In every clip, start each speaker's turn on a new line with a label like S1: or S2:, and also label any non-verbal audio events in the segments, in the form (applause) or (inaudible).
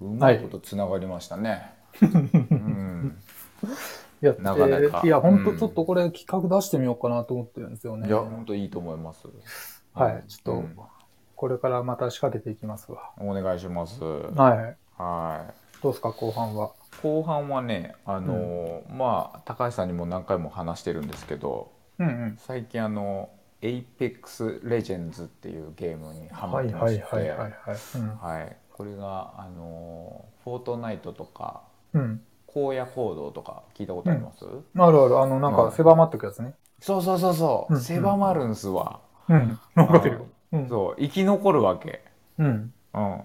S1: まいことつながりました
S2: (laughs)
S1: ね。うん
S2: やって
S1: なかなか
S2: いや、本当
S1: うん
S2: ちょっとこれ企画出してみようかなと思ってるんですよね。
S1: いや、本当いいと思います。
S2: はい、ちょ
S1: う
S2: っ
S1: ん
S2: と、これからまた仕掛けていきますわ。
S1: お願いします。
S2: はい。
S1: はい。
S2: どうですか、後半は。
S1: 後半はね、あのーまあ高橋さんにも何回も話してるんですけど、
S2: うんうん。
S1: 最近あの Apex Legends っていうゲームにハマ
S2: は
S1: っ
S2: い
S1: てま
S2: は
S1: し
S2: い
S1: て、
S2: はいはいはい。
S1: はいこれがあのーフォートナイトとか
S2: うん。
S1: 荒野行動とか聞いたことあります？
S2: うん。あるある、あの、なん
S1: う
S2: か
S1: ん
S2: 狭まってくやつね。
S1: そうそうそうそう、
S2: うん
S1: 狭まるんすわ。
S2: うん。 (laughs) わかってるよ。うん。
S1: そう生き残るわけ。
S2: うん。
S1: うん、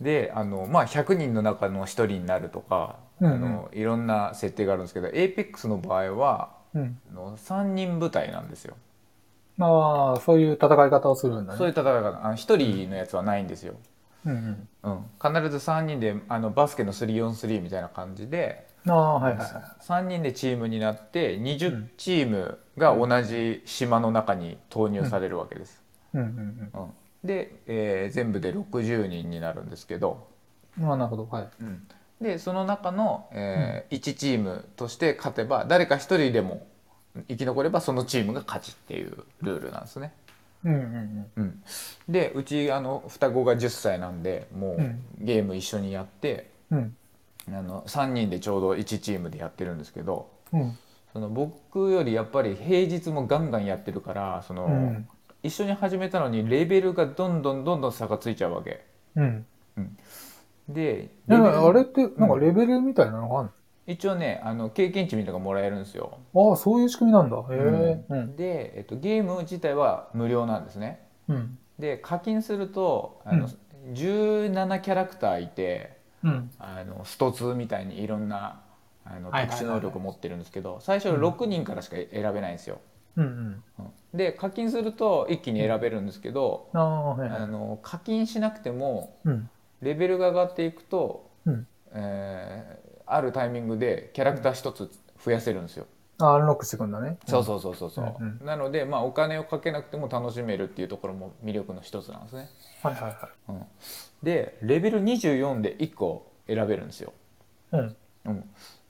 S1: であの、まあ、100人の中の1人になるとか、
S2: うんうん
S1: あのいろんな設定があるんですけど APEX の場合は
S2: うん。
S1: あの3人部隊なんですよ。
S2: まあ、そういう戦い方をするんだね。
S1: そういう戦い方あの1人のやつはないんですよ。
S2: うんうん。
S1: うん、必ず3人であのバスケの 3on3 みたいな感じで
S2: ああ、はいはいはい。
S1: 3人でチームになって
S2: う
S1: 20
S2: ん
S1: チームが同じ島の中に投入されるわけです。
S2: うんうん
S1: うん、で、えー全部で60人になるんですけど、
S2: うん。まあ、なるほど。はい。
S1: うん、でその中の、えー1チームとして勝てば誰か1人でも生き残ればそのチームが勝ちっていうルールなんですね。
S2: うんうんう
S1: う
S2: ん。
S1: ん、でうちあの双子が10歳なんでもう
S2: うん
S1: ゲーム一緒にやって。
S2: うん。
S1: あの3人でちょうど1チームでやってるんですけど
S2: うん。
S1: その僕よりやっぱり平日もガンガンやってるからその、
S2: うん
S1: 一緒に始めたのにレベルがどんどんどんどん差がついちゃうわけ
S2: うん。
S1: で
S2: で
S1: レベル
S2: もあれって、なんかレベルみたいなのがある
S1: 一応ねあの経験値みたいなのがもらえるんですよ、
S2: のああ、そういう仕組みなんだ。へえ。う。
S1: うんんで、えっと、ゲーム自体は無料なんですね
S2: うん。
S1: で課金するとあの、
S2: う
S1: 17キャラクターいて
S2: うん。
S1: あのスト2みたいにいろんなあの
S2: はいはいはい
S1: 特殊能力を持ってるんですけど、最初6人からしか選べないんですよ、
S2: うんうん。
S1: うんで課金すると一気に選べるんですけど、
S2: ああ、はいは
S1: あ
S2: い。
S1: の課金しなくても
S2: うん。
S1: レベルが上がっていくと、
S2: うん
S1: えーあるタイミングでキャラクター1つ増やせるんですよ、
S2: ああ、アンロックしていくんだね。
S1: そうそうそうそうそう、
S2: うんう
S1: なので、まあ、お金をかけなくても楽しめるっていうところも魅力の一つなんですね、
S2: はいはいは
S1: うん、でレベル24で1個選べるんですよ、
S2: い。うん。
S1: うん、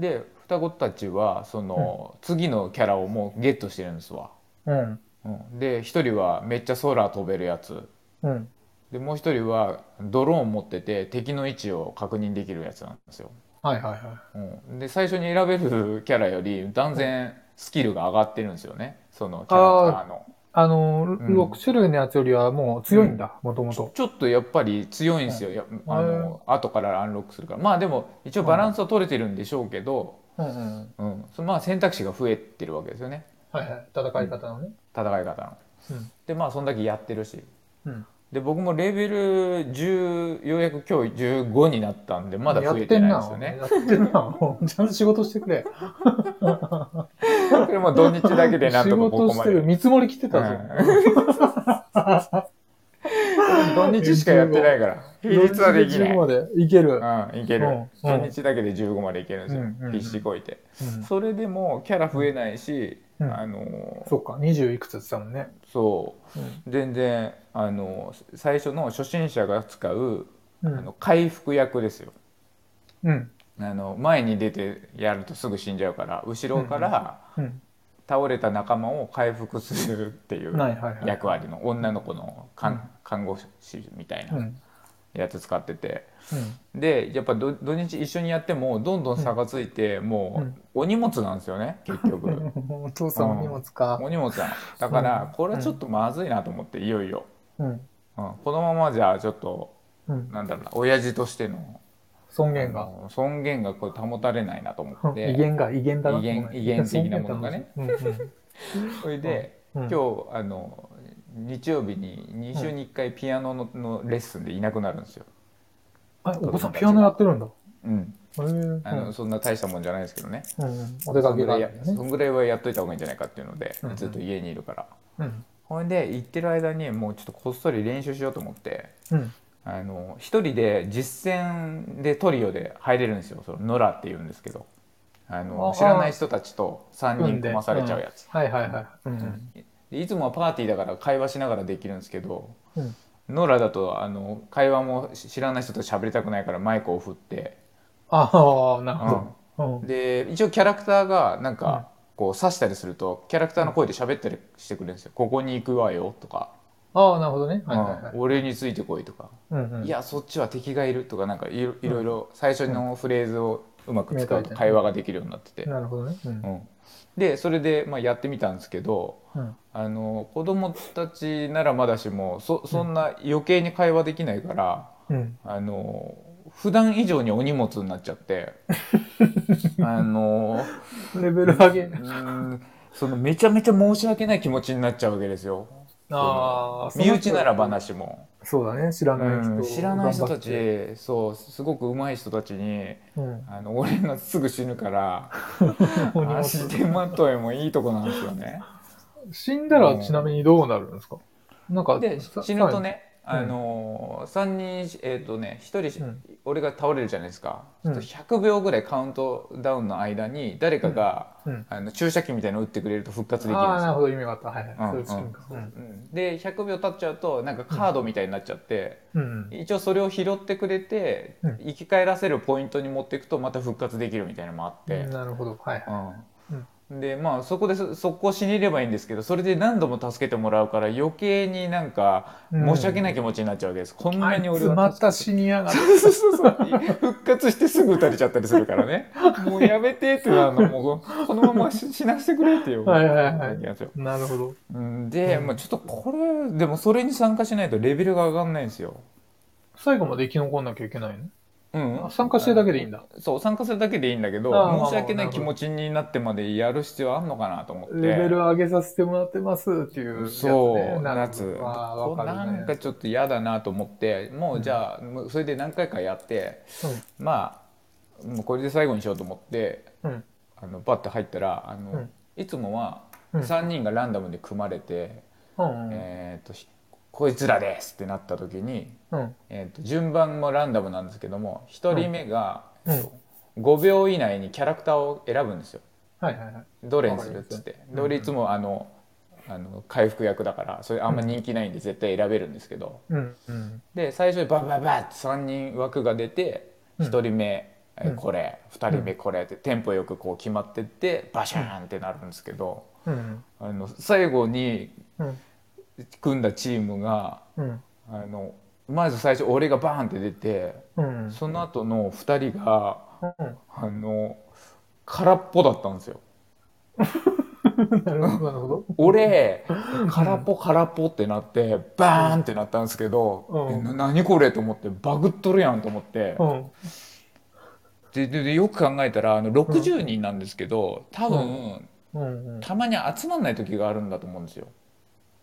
S1: で双子たちはその、次のキャラをもうゲットしてるんですわ、
S2: うん。
S1: うん、で1人はめっちゃ空飛べるやつ
S2: うん。
S1: でもう1人はドローン持ってて敵の位置を確認できるやつなんですよ、
S2: はいはいはい。
S1: うん、で最初に選べるキャラより断然スキルが上がってるんですよねそのキャラクターの。
S2: あの、
S1: ん
S2: 6種類のやつよりはもう強いんだ、もとも
S1: ちょ
S2: と。
S1: ちょっとやっぱり強いんですよ、やあの後からアンロックするからまあでも一応バランスは取れてるんでしょうけど、
S2: うんうん。
S1: うんそまあ、選択肢が増えてるわけですよね
S2: はいはい。戦い方のね。
S1: 戦い方の。
S2: うん。
S1: でまあそんだけやってるし
S2: うん。
S1: で僕もレベル10ようやく今日15になったんでまだ増えてないんですよね。
S2: やってんな。お前やってんな。お前ちゃんと仕事してくれ。
S1: これも土日だけでなん
S2: 仕
S1: とかこ
S2: 事
S1: こ
S2: し
S1: ま
S2: て
S1: で。
S2: る。見積もり来てたぞ。
S1: うん (laughs) 土日しかやってない
S2: (laughs)
S1: から平日はできない
S2: 15。までいけ
S1: う
S2: る。
S1: ん、いける、
S2: うんうん
S1: 土日だけで15までいけるんですよ、
S2: うんうんうん
S1: 必死こいて、
S2: うん
S1: それでもキャラ増えないし、
S2: うん
S1: あのー
S2: そっか、20いくつって言ってたもんね。
S1: そう
S2: うん
S1: 全然あのー最初の初心者が使う、
S2: う
S1: あの
S2: ん。
S1: 回復役ですよ
S2: うん。
S1: あの前に出てやるとすぐ死んじゃうから後ろから
S2: うん。
S1: 倒れた仲間を回復するっていう
S2: はいはいはい
S1: 役割の女の子の看,、
S2: うん
S1: 看護師みたい
S2: うん。う。
S1: なんやつ使っててでやっぱど土日一緒にやってもどんどん差がついて、もうお荷物なんですよね結局
S2: (laughs) お父さんの荷物か。
S1: お荷物なんだからこれはちょっとまずいなと思っていよいよ、
S2: うん。
S1: うん、このままじゃちょっと
S2: うん。
S1: なんだろうな親父としての
S2: 尊厳
S1: あ。
S2: が
S1: の尊厳がこれ保たれないなと思って
S2: 威厳が威厳だな
S1: 威厳威厳的なものがね。
S2: うんうん
S1: それで、
S2: うん
S1: 今日あの日曜日に2週に1回ピアノの,、レッスンでいなくなるんですよ。
S2: あお子さんピアノやってるんだ。へ
S1: うん、
S2: えうん
S1: あの、そんな大したもんじゃないですけどね。
S2: うんお出かけがあるんだ
S1: そんぐらいやそ
S2: ね。
S1: んぐらいはやっといた方がいいんじゃないかっていうので、
S2: うんうん
S1: ずっと家にいるから。
S2: うん。
S1: ほんで行ってる間にもうちょっとこっそり練習しようと思って。
S2: うん。
S1: あの一人で実践でトリオで入れるんですよそのノラっていうんですけどあの
S2: あー
S1: 知らない人たちと3
S2: 組
S1: 人
S2: んで
S1: 組まされちゃうやつ、
S2: はいはいはい。うん。
S1: でいつもはパーティーだから会話しながらできるんですけど、
S2: うん
S1: ノラだとあの会話も知らない人と喋りたくないからマイクを振って、
S2: ああ、なる
S1: う
S2: ほ
S1: ん、
S2: ど。うん。
S1: で一応キャラクターがなんかこう刺したりするとキャラクターの声で喋ったりしてくれるんですよ「ここに行くわよ」とか
S2: ああ、なるほどね。
S1: 「
S2: はいはいはい
S1: うん。俺についてこい」とか
S2: うんう
S1: 「
S2: ん
S1: い、やそっちは敵がいる」とかなんかいろいろいろ最初のフレーズをうまく使うと会話ができるようになってて、
S2: なるほどね。うん
S1: うん、でそれでまあやってみたんですけど
S2: うん。
S1: あの子供たちならまだしもそそんな余計に会話できないから。
S2: うん。
S1: あの普段以上にお荷物になっちゃって
S2: (laughs)
S1: あの
S2: レベル上げ。
S1: うーんそのめちゃめちゃ申し訳ない気持ちになっちゃうわけですよ
S2: ああ、その
S1: 身
S2: 人
S1: 内ならばなしも、
S2: そうだね。知らない
S1: う
S2: 人を
S1: ん知らない人た
S2: 頑張って
S1: ちそうすごく上手い人たちに
S2: うん
S1: 「あの俺がすぐ死ぬから
S2: (laughs) お荷物
S1: 足手まといもいいとこなんですよね」
S2: 死んだらちなみにどうなるんですかなんか、
S1: で
S2: さ
S1: 死ぬと。ね
S2: はい
S1: あの3人えっ、とね1人、
S2: うん
S1: 俺が倒れるじゃないですか、
S2: うん
S1: 100秒ぐらいカウントダウンの間に誰かが、
S2: うん。
S1: あの注射器みたいなの打ってくれると復活できるん
S2: ああ、
S1: です
S2: なる
S1: よ
S2: ほど。意味があった。はいはい。そううんいう仕組みか。うん。
S1: うんで100秒経っちゃうとなんかカードみたいになっちゃって、
S2: うん。
S1: 一応それを拾ってくれて、
S2: うん
S1: 生き返らせるポイントに持っていくとまた復活できるみたいなのもあって、
S2: なるほど。はいはい。
S1: うんでまあそこでそ速攻死にればいいんですけどそれで何度も助けてもらうから余計になんか
S2: うん
S1: 申し訳ない気持ちになっちゃうわけです、こん
S2: あ
S1: ないに俺
S2: つま
S1: は
S2: た死にやがる。
S1: そうそうそう復活してすぐ打たれちゃったりするからねもうやめてってなるのもうこのままし死なしてくれっていう
S2: はいはいはい
S1: やつよ
S2: なるほど。
S1: うんで、
S2: うん
S1: まあ、ちょっとこれでもそれに参加しないとレベルが上がんないんですよ
S2: 最後まで生き残んなきゃいけないね。
S1: うん
S2: あ参加してるだけでいいんだ。
S1: そう参加するだけでいいんだけど
S2: あー
S1: 申し訳ない
S2: まあまあなるほど
S1: 気持ちになってまでやる必要あんのかなと思って
S2: レベル上げさせてもらってますっていうやつね。
S1: そう
S2: なるほど
S1: 夏
S2: ああ、
S1: こ
S2: わ
S1: う
S2: か
S1: な
S2: る、ね。
S1: んかちょっと嫌だなと思ってもうじゃあ、もうそれで何回かやってまあもうこれで最後にしようと思って
S2: うん。うん。
S1: あのバッて入ったらあの、
S2: うん
S1: いつもは
S2: うん
S1: 3人がランダムで組まれて
S2: う
S1: 「
S2: んうん。
S1: えー、とひこいつらです!」ってなった時に、
S2: うん。
S1: えー、と順番もランダムなんですけども1人目が、
S2: うん
S1: えっと5秒以内にキャラクターを選ぶんですよ。
S2: はいはいはい。
S1: どれにするっつって
S2: うん
S1: どれいつもあのあの回復役だからそれあんま人気ないんで絶対選べるんですけど
S2: うん。うん。
S1: で最初にバンバンバンって3人枠が出て
S2: うん
S1: 1人目え
S2: うん
S1: これ2人目これってテンポよくこう決まってってバシャーンってなるんですけど
S2: うん。
S1: あの最後に
S2: うん。
S1: 組んだチームが
S2: うん。
S1: あのまず最初俺がバーンって出て
S2: うん。
S1: その後の2人が
S2: うん
S1: あの空っぽだったんですよ。
S2: (laughs) なるほど、なるほど。
S1: 俺空っぽ空っぽってなってバーンってなったんですけど、
S2: うん
S1: えな何これと思ってバグっとるやんと思って、
S2: うん。
S1: でででよく考えたらあの60人なんですけど多分、
S2: うんうん。あ
S1: たまに集まんない時があるんだと思うんですよ、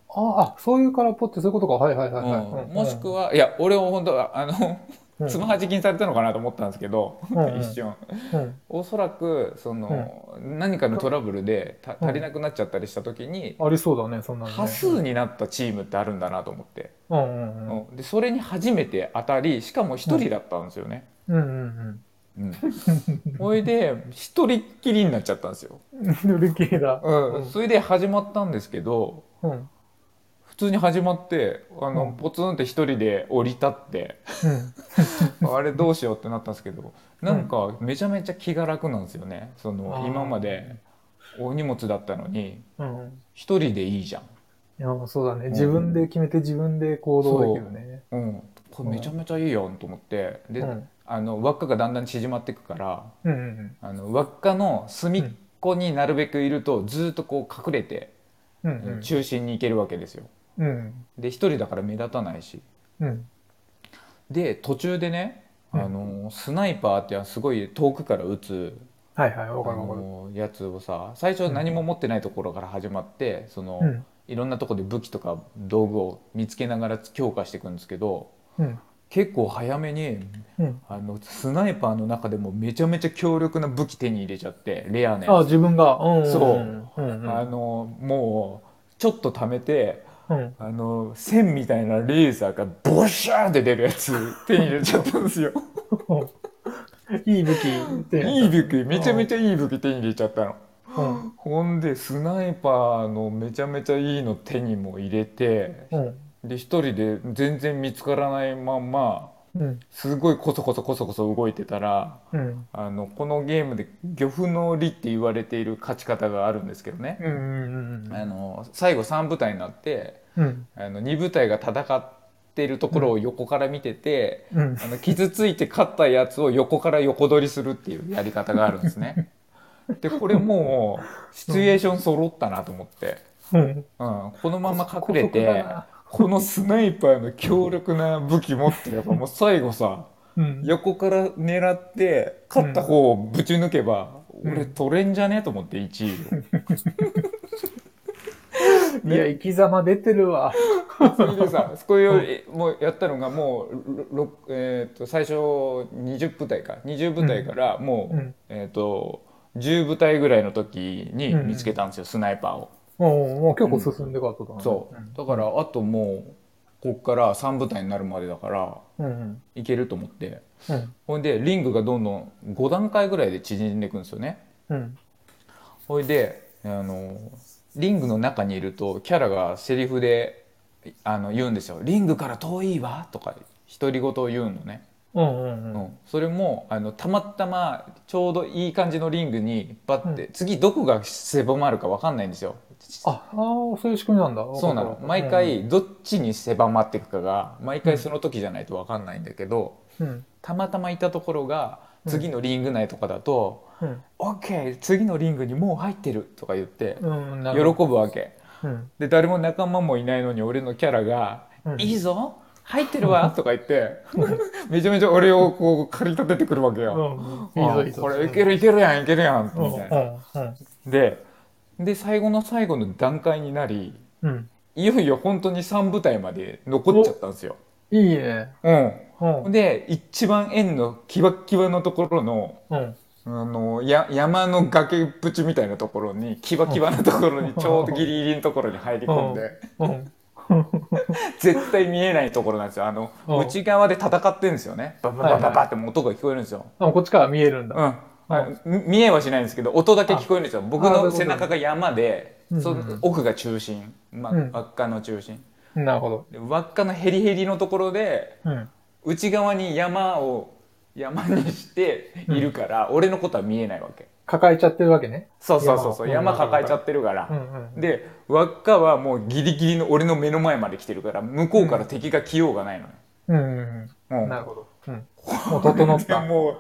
S2: あ、そういう空っぽってそういうことか。はいはいはいはい。
S1: うんもしくは、いや俺を本当あの
S2: うん
S1: つまはじきにされたのかなと思ったんですけど、
S2: うん
S1: 一瞬
S2: うん
S1: おそらくその、何かのトラブルでた足りなくなっちゃったりした時に、
S2: ありそうだね、そんなのね。
S1: 多数になったチームってあるんだなと思って。
S2: うんうんうん。
S1: うんでそれに初めて当たりしかも一人だったんですよね。
S2: うんうん (laughs)
S1: うん、それで一人っきりになっちゃったんですよ。
S2: うん。ぬる系だ。
S1: (laughs) うん
S2: うん
S1: それで始まったんですけど
S2: うん。うん。
S1: 普通に始まってあの、
S2: うん
S1: ポツンって一人で降り立って
S2: (laughs)
S1: あれどうしようってなったんですけどなんかめちゃめちゃ気が楽なんですよねそ
S2: あ
S1: の
S2: ー
S1: 今までお荷物だったのに
S2: うん。
S1: 一人でいいじゃん。
S2: いや、そうだね。自分で決めて自分で行動できるね。
S1: うん、これめちゃめちゃいいやんと思ってで、
S2: うん
S1: あの輪っかがだんだん縮まっていくから。
S2: うんうん
S1: あの輪っかの隅っこになるべくいるとずーっとこう隠れて
S2: うん。うんうん。
S1: 中心に行けるわけですよ。
S2: うん。
S1: で一人だから目立たないし
S2: うん。
S1: で途中でねあ
S2: うん
S1: のスナイパーってすごい遠くから撃つ
S2: はいはい、わ
S1: あ
S2: かるわかる。
S1: のやつをさ最初何も持ってないところから始まってその
S2: うん。
S1: いろんなとこで武器とか道具を見つけながら強化していくんですけど
S2: うん。
S1: 結構早めに
S2: うん。
S1: あのスナイパーの中でもめちゃめちゃ強力な武器手に入れちゃってレアね
S2: あ、自分が。うん。
S1: そう
S2: うんうん。
S1: あのもうちょっと溜めて
S2: うん。
S1: あの線みたいなレーザーがボシャーンって出るやつ
S2: (laughs)
S1: 手に入れちゃったんですよ
S2: いい武器って。
S1: いい武器めちゃめちゃいい武器手に入れちゃったの
S2: うん。
S1: ほんでスナイパーのめちゃめちゃいいの手にも入れて
S2: うん。
S1: で一人で全然見つからないまんま
S2: うん。
S1: すごいコソコソコソコソ動いてたら
S2: うん。
S1: あのこのゲームで漁夫の利って言われている勝ち方があるんですけどね、
S2: うん。うん。
S1: あの最後3部隊になって
S2: うん。
S1: あの2部隊が戦ってるところを横から見てて、
S2: うん。
S1: あの傷ついて勝ったやつを横から横取りするっていうやり方があるんですね。でこれもうシチュエーション揃ったなと思って、
S2: うん。
S1: うん、このまま隠れ
S2: こそこだ
S1: て
S2: な
S1: このスナイパーの強力な武器持ってればもう最後さ
S2: うん。
S1: 横から狙って勝った方をぶち抜けば、
S2: うん
S1: 俺取れんじゃねえと思って1
S2: いや、生き様出てるわ。
S1: 位をそれでさ (laughs) そこをえもうやったのがもうろろ、えー、と最初20部隊か20部隊からもう、
S2: うん。
S1: えー、と10部隊ぐらいの時に
S2: うん
S1: 見つけたんですよ、スナイパーを。
S2: もう、もう結構進んでかったと
S1: そうだからあともうこっから3部隊になるまでだから
S2: うん。うん。
S1: いけると思って
S2: うん。
S1: ほんでリングがどんどん5段階ぐらいで縮んでいくんですよね。
S2: うん。
S1: ほいであのリングの中にいるとキャラがセリフであの言うんですよ「リングから遠いわ」とか独り言を言うのね。
S2: うん。うん。
S1: うん、それもあのたまたまちょうどいい感じのリングにバッて、次どこが狭まるかわかんないんですよ
S2: ああー、そういう仕組みなんだ。
S1: そうなの毎
S2: うん
S1: 回どっちに狭まっていくかが毎回その時じゃないとわかんないんだけど、
S2: うん。
S1: たまたまいたところが次のリング内とかだと
S2: うん。
S1: 「OK 次のリングにもう入ってる」とか言って
S2: うん。な
S1: 喜
S2: るほど
S1: ぶわけ
S2: うん。
S1: で誰も仲間もいないのに俺のキャラが
S2: う
S1: 「
S2: ん
S1: いいぞ入ってるわ」とか言って (laughs) めちゃめちゃ俺をこう駆り立ててくるわけよ。
S2: うん。いいぞ、いいぞ。
S1: これいけるいけるやんいけるやんみ
S2: うん。うん。
S1: たいな。でで最後の最後の段階になり
S2: うん。うん。
S1: いよいよ本当に3部隊まで残っちゃったんですよ。
S2: いいね。
S1: う、
S2: うんん。
S1: で一番円のキワッキワのところの
S2: うん。
S1: あのや山の崖っぷちみたいなところにキワキワなところにちょうどギリギリのところに入り込んで
S2: うん。
S1: 絶対見えないところなんですよあの
S2: うん
S1: 内側で戦ってるんですよねババババババってもう音が聞こえるんですよ。
S2: あ、こっちから見えるん
S1: う
S2: だ。
S1: んはい、見えはしないんですけど音だけ聞こえるんですよ僕
S2: あーそういう
S1: の
S2: こと
S1: 背中が山で
S2: うんうん
S1: その奥が中心、ま
S2: うん
S1: 輪っかの中心
S2: なるほど。
S1: で輪っかのヘリヘリのところで
S2: うん。
S1: 内側に山を山にしているから、俺のことは見えないわけ
S2: 抱えちゃってるわけね。
S1: そうそうそうそう
S2: 山
S1: 山抱えちゃってるから、
S2: うんうん。
S1: で輪っかはもうギリギリの俺の目の前まで来てるから向こうから敵が来ようがないのよ、
S2: うん
S1: も
S2: う。
S1: うん
S2: なるほど。うん。もう整っ
S1: い (laughs) や
S2: た。
S1: もう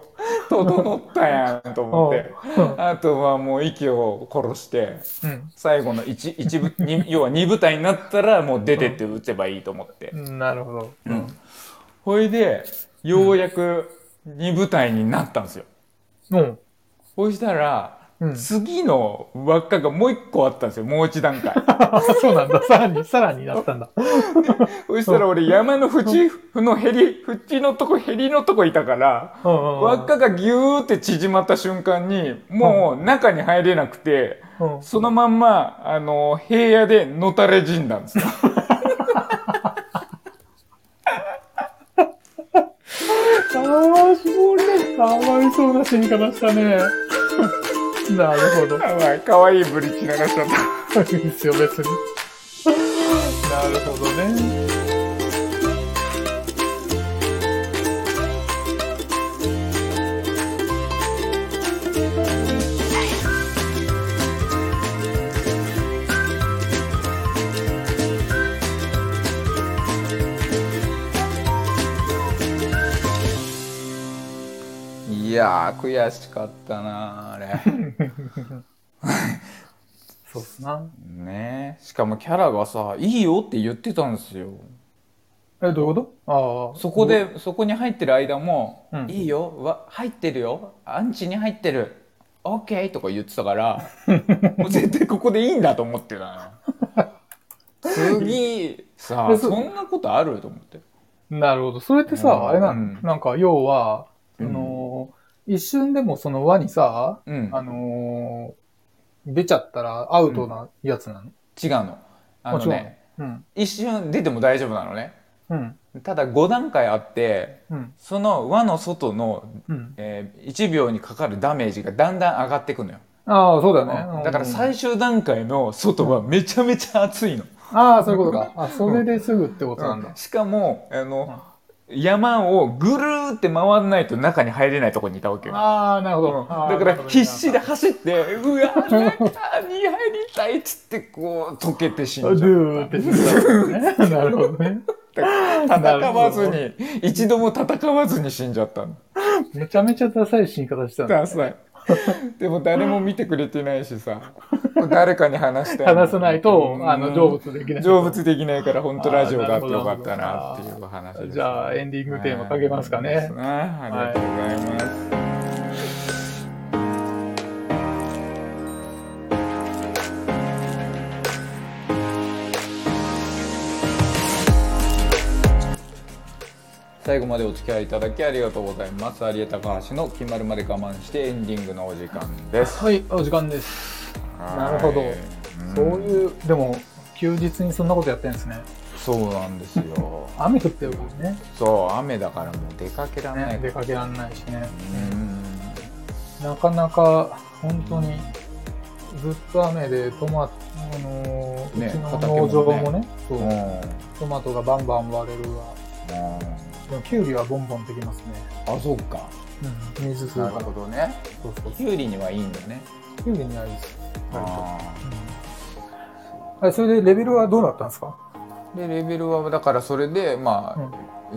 S1: 整ったやんと思
S2: (laughs)
S1: ってあとはもう息を殺して
S2: うん。
S1: 最後の一一部に (laughs) 要は2部隊になったらもう出てって打てばいいと思って、
S2: うん。なるほど。
S1: うんほいでようやく2部隊になったんですよ
S2: うん。
S1: ほいしたら、
S2: うん
S1: 次の輪っかがもう1個あったんですよもう1段階 (laughs)
S2: あ、 (laughs) そうなんだ。さらに、さらになったんだ。
S1: ほいしたら俺山の縁のヘリ縁のとこヘリのとこいたから
S2: うんうんうん。
S1: 輪っかがギューって縮まった瞬間にもう中に入れなくて
S2: うん。
S1: そのまんまあの平野でのたれ死んだんです (laughs) よ
S2: ああ、絞れた。かわいそうな死に方したね。 (laughs) なるほど。
S1: やばい、可愛いブリッジ流しちゃった。
S2: いいですよ、別に。なるほどね。
S1: いやー、悔しかったなー、あれ。
S2: (laughs) そうっすな。
S1: ねえしかもキャラがさ、いいよって言ってたんですよ。
S2: え、どういうことああ。
S1: そこ。で、そこに入ってる間も、
S2: うん
S1: いいよ、わ、入ってるよ、アンチに入ってる、オッケーとか言ってた
S2: (laughs)
S1: から、もう絶対ここでいいんだと思ってたのよ。次、さあ、
S2: でそ
S1: そんなことあると思って。
S2: なるほど。それって
S1: うん
S2: さ、あれな
S1: うん
S2: んなんか、要は、
S1: う
S2: あ
S1: ん
S2: のー、一瞬でもその輪にさ、
S1: うん。
S2: あのー、出ちゃったらアウトなやつなの
S1: 違うの。あのね、
S2: うん。
S1: 一瞬出ても大丈夫なのね。
S2: うん。
S1: ただ5段階あって、
S2: うん。
S1: その輪の外の、
S2: うん。
S1: えー1秒にかかるダメージがだんだん上がっていくのよ、
S2: ああ、そうだよね。
S1: だから
S2: 最
S1: 最終段階の外はめちゃめちゃ熱いの、
S2: ああ、そういうことか。あ、それですぐってことなんだ。
S1: しかもあの、山をぐるーって回らないと中に入れないとこにいたわけよ。
S2: ああ、なるほ
S1: うん
S2: ど。あー
S1: だから必死で。走って「うわ中に入りたい」っつってこう溶けて死
S2: な
S1: ん
S2: る
S1: じ
S2: ほど
S1: ゃう
S2: あドゥーってしてたんだね。なるほどね。
S1: 戦わずに一度も戦わずに死んじゃったの。
S2: めちゃめちゃダサい死に方してたんだ。
S1: ダサい。でも誰も見てくれてないしさ誰かに話したい
S2: 話さないと、あの、成仏できない。
S1: 成仏できないから本当ラジオがあってよかったなっていう話です
S2: じゃあ、エンディングテーマかけますか
S1: はい
S2: ね
S1: そうです。ありがとうございます、最後までお付き合いいただきありがとうございます有江高橋の「決まるまで我慢して」エンディングのお時間です
S2: はい、お時間です。なるほど
S1: はい
S2: そういう、でも、休日にそんなことやってんですね。
S1: そうなんですよ
S2: 雨降ってるからね。
S1: そう雨だからもう出かけられない
S2: ね出かけらんないしね。
S1: うん
S2: なかなか、本当に、ずっと雨で、トマト、あのー
S1: ね
S2: うちの
S1: 畑もね
S2: 農場もね、そううんトマトがバンバン割れるわ。でも、キュウリはボンボンできますね。
S1: あそっか
S2: うん、水吸う
S1: な
S2: から
S1: る。ほどね
S2: そうそう
S1: きゅうりにはいいんだね
S2: キュウリにはいいです。割と
S1: あ
S2: うんはい、それでレベルはどうだったんですか、
S1: ーでレベルはだからそれで
S2: う
S1: ま
S2: ん
S1: あ、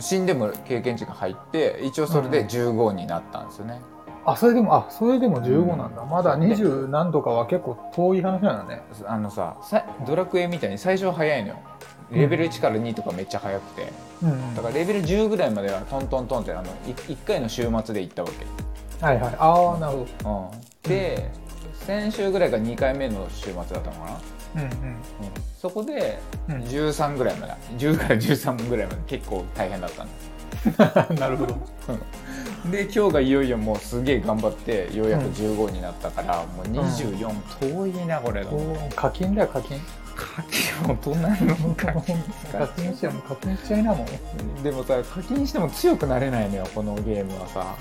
S1: 死んでも経験値が入って一応それ
S2: うん
S1: で15になったんですよね、
S2: あ、それでも、あ、それでも15なんだ。まだ20何度かは結構遠い話なんだね。
S1: あのささドラクエみたいに最初は早いのよレベル1から2とかめっちゃ早くて
S2: うん、
S1: だからレベル10ぐらいまではトントントンってあの1回の週末で行ったわけ
S2: はいはい。ああ、なるほど。
S1: うん、で、先週ぐらいが2回目の週末だったのかな、う
S2: うん
S1: ん、そこで
S2: うん。うん
S1: 13ぐらいまで10から13ぐらいまで結構大変だったんで
S2: (laughs) なるほど。
S1: で今日がいよいよもうすげえ頑張ってようやく15になったから、もう24遠いなこれの、
S2: おー課金だよ、課金。
S1: 課金大人の課金
S2: 課金しちゃうもう課金しちゃいなもん。
S1: でもさ課金しても強くなれないのよこのゲームはさ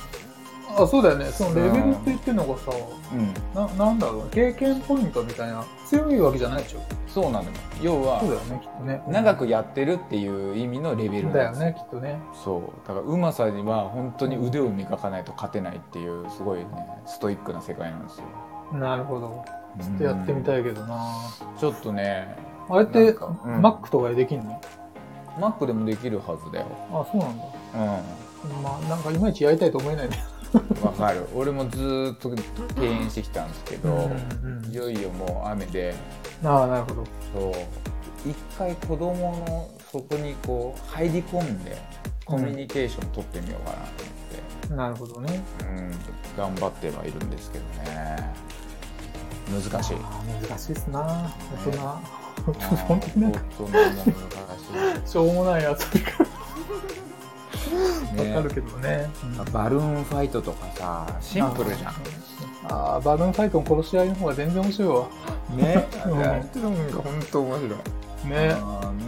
S2: あ、そうだよね。そのレベルって言ってるのがさ、
S1: うん
S2: な、なんだろう。経験ポイントみたいな。強いわけじゃないでしょ。
S1: そうなのよ要は
S2: そうだよね、きっとね。
S1: 長くやってるっていう意味のレベルなん
S2: だ
S1: で
S2: よ
S1: す
S2: ね、きっとね。
S1: そうだからうまさには本当に腕を磨かないと勝てないっていうすごいねストイックな世界なんですよ
S2: なるほど。ちょっとやってみた
S1: い
S2: いけどな。
S1: ちょっとね
S2: あれっ
S1: な
S2: て、
S1: んかうん
S2: Mac とかでできんの
S1: Mac でもできるはずだよ
S2: あ、そうなんだ。
S1: う
S2: まあ、なんかいまいちやりたいと思えないね。
S1: んわかる俺もずーっと敬遠してきたんですけどいよいよもう雨で
S2: ああ、なるほど。
S1: そう一回子供のそこにこう入り込んでコミュニケーション取ってみようかなと思って、
S2: なるほどね。
S1: うん、頑張ってはいるんですけどね難しい
S2: あー難しいっすな。大人。
S1: 本
S2: 本当
S1: 当
S2: にな
S1: に
S2: んか、
S1: 難し
S2: しょうもないやつと
S1: い
S2: か
S1: ね
S2: わかるけどね。
S1: バルーンファイトとかさシンプルじゃ
S2: ああ、バルーンファイトの殺し合いの方が全然面白いわ。
S1: んね
S2: うん
S1: あれなんか本当面白い
S2: ね。
S1: あーね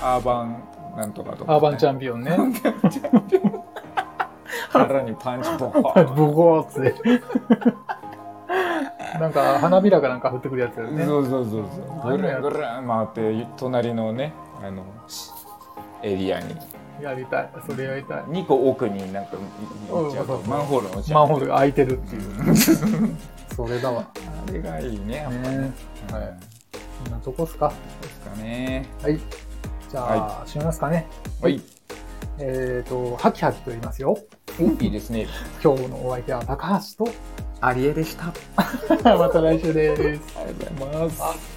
S1: アーバンなんとかとかね
S2: アーバンチャンピオンね。
S1: 腹にパンチボコ
S2: (laughs) ボ
S1: ン
S2: コーって。 (laughs) なんか、花びらかなんか降ってくるやつだよね。
S1: そうそうそうそうぐるんぐるん回って隣のねあのしエリアに
S2: やりたい。それやりたい。
S1: 2個奥になんかい行っちゃうと
S2: うん
S1: マンホール落ちちゃ
S2: マン
S1: う
S2: ホールが開いてるっていう。それだわ。
S1: あれがいいね
S2: ね。
S1: は
S2: はいいこんなとこっすか。
S1: ですかね
S2: はい。じゃあ、閉めますかね。
S1: はい
S2: えっ、と、ハキハキと言いますよ。
S1: いいですね
S2: 今日のお相手は高橋と、
S1: アリエでした
S2: (laughs) また来週です。
S1: ありがとうございます。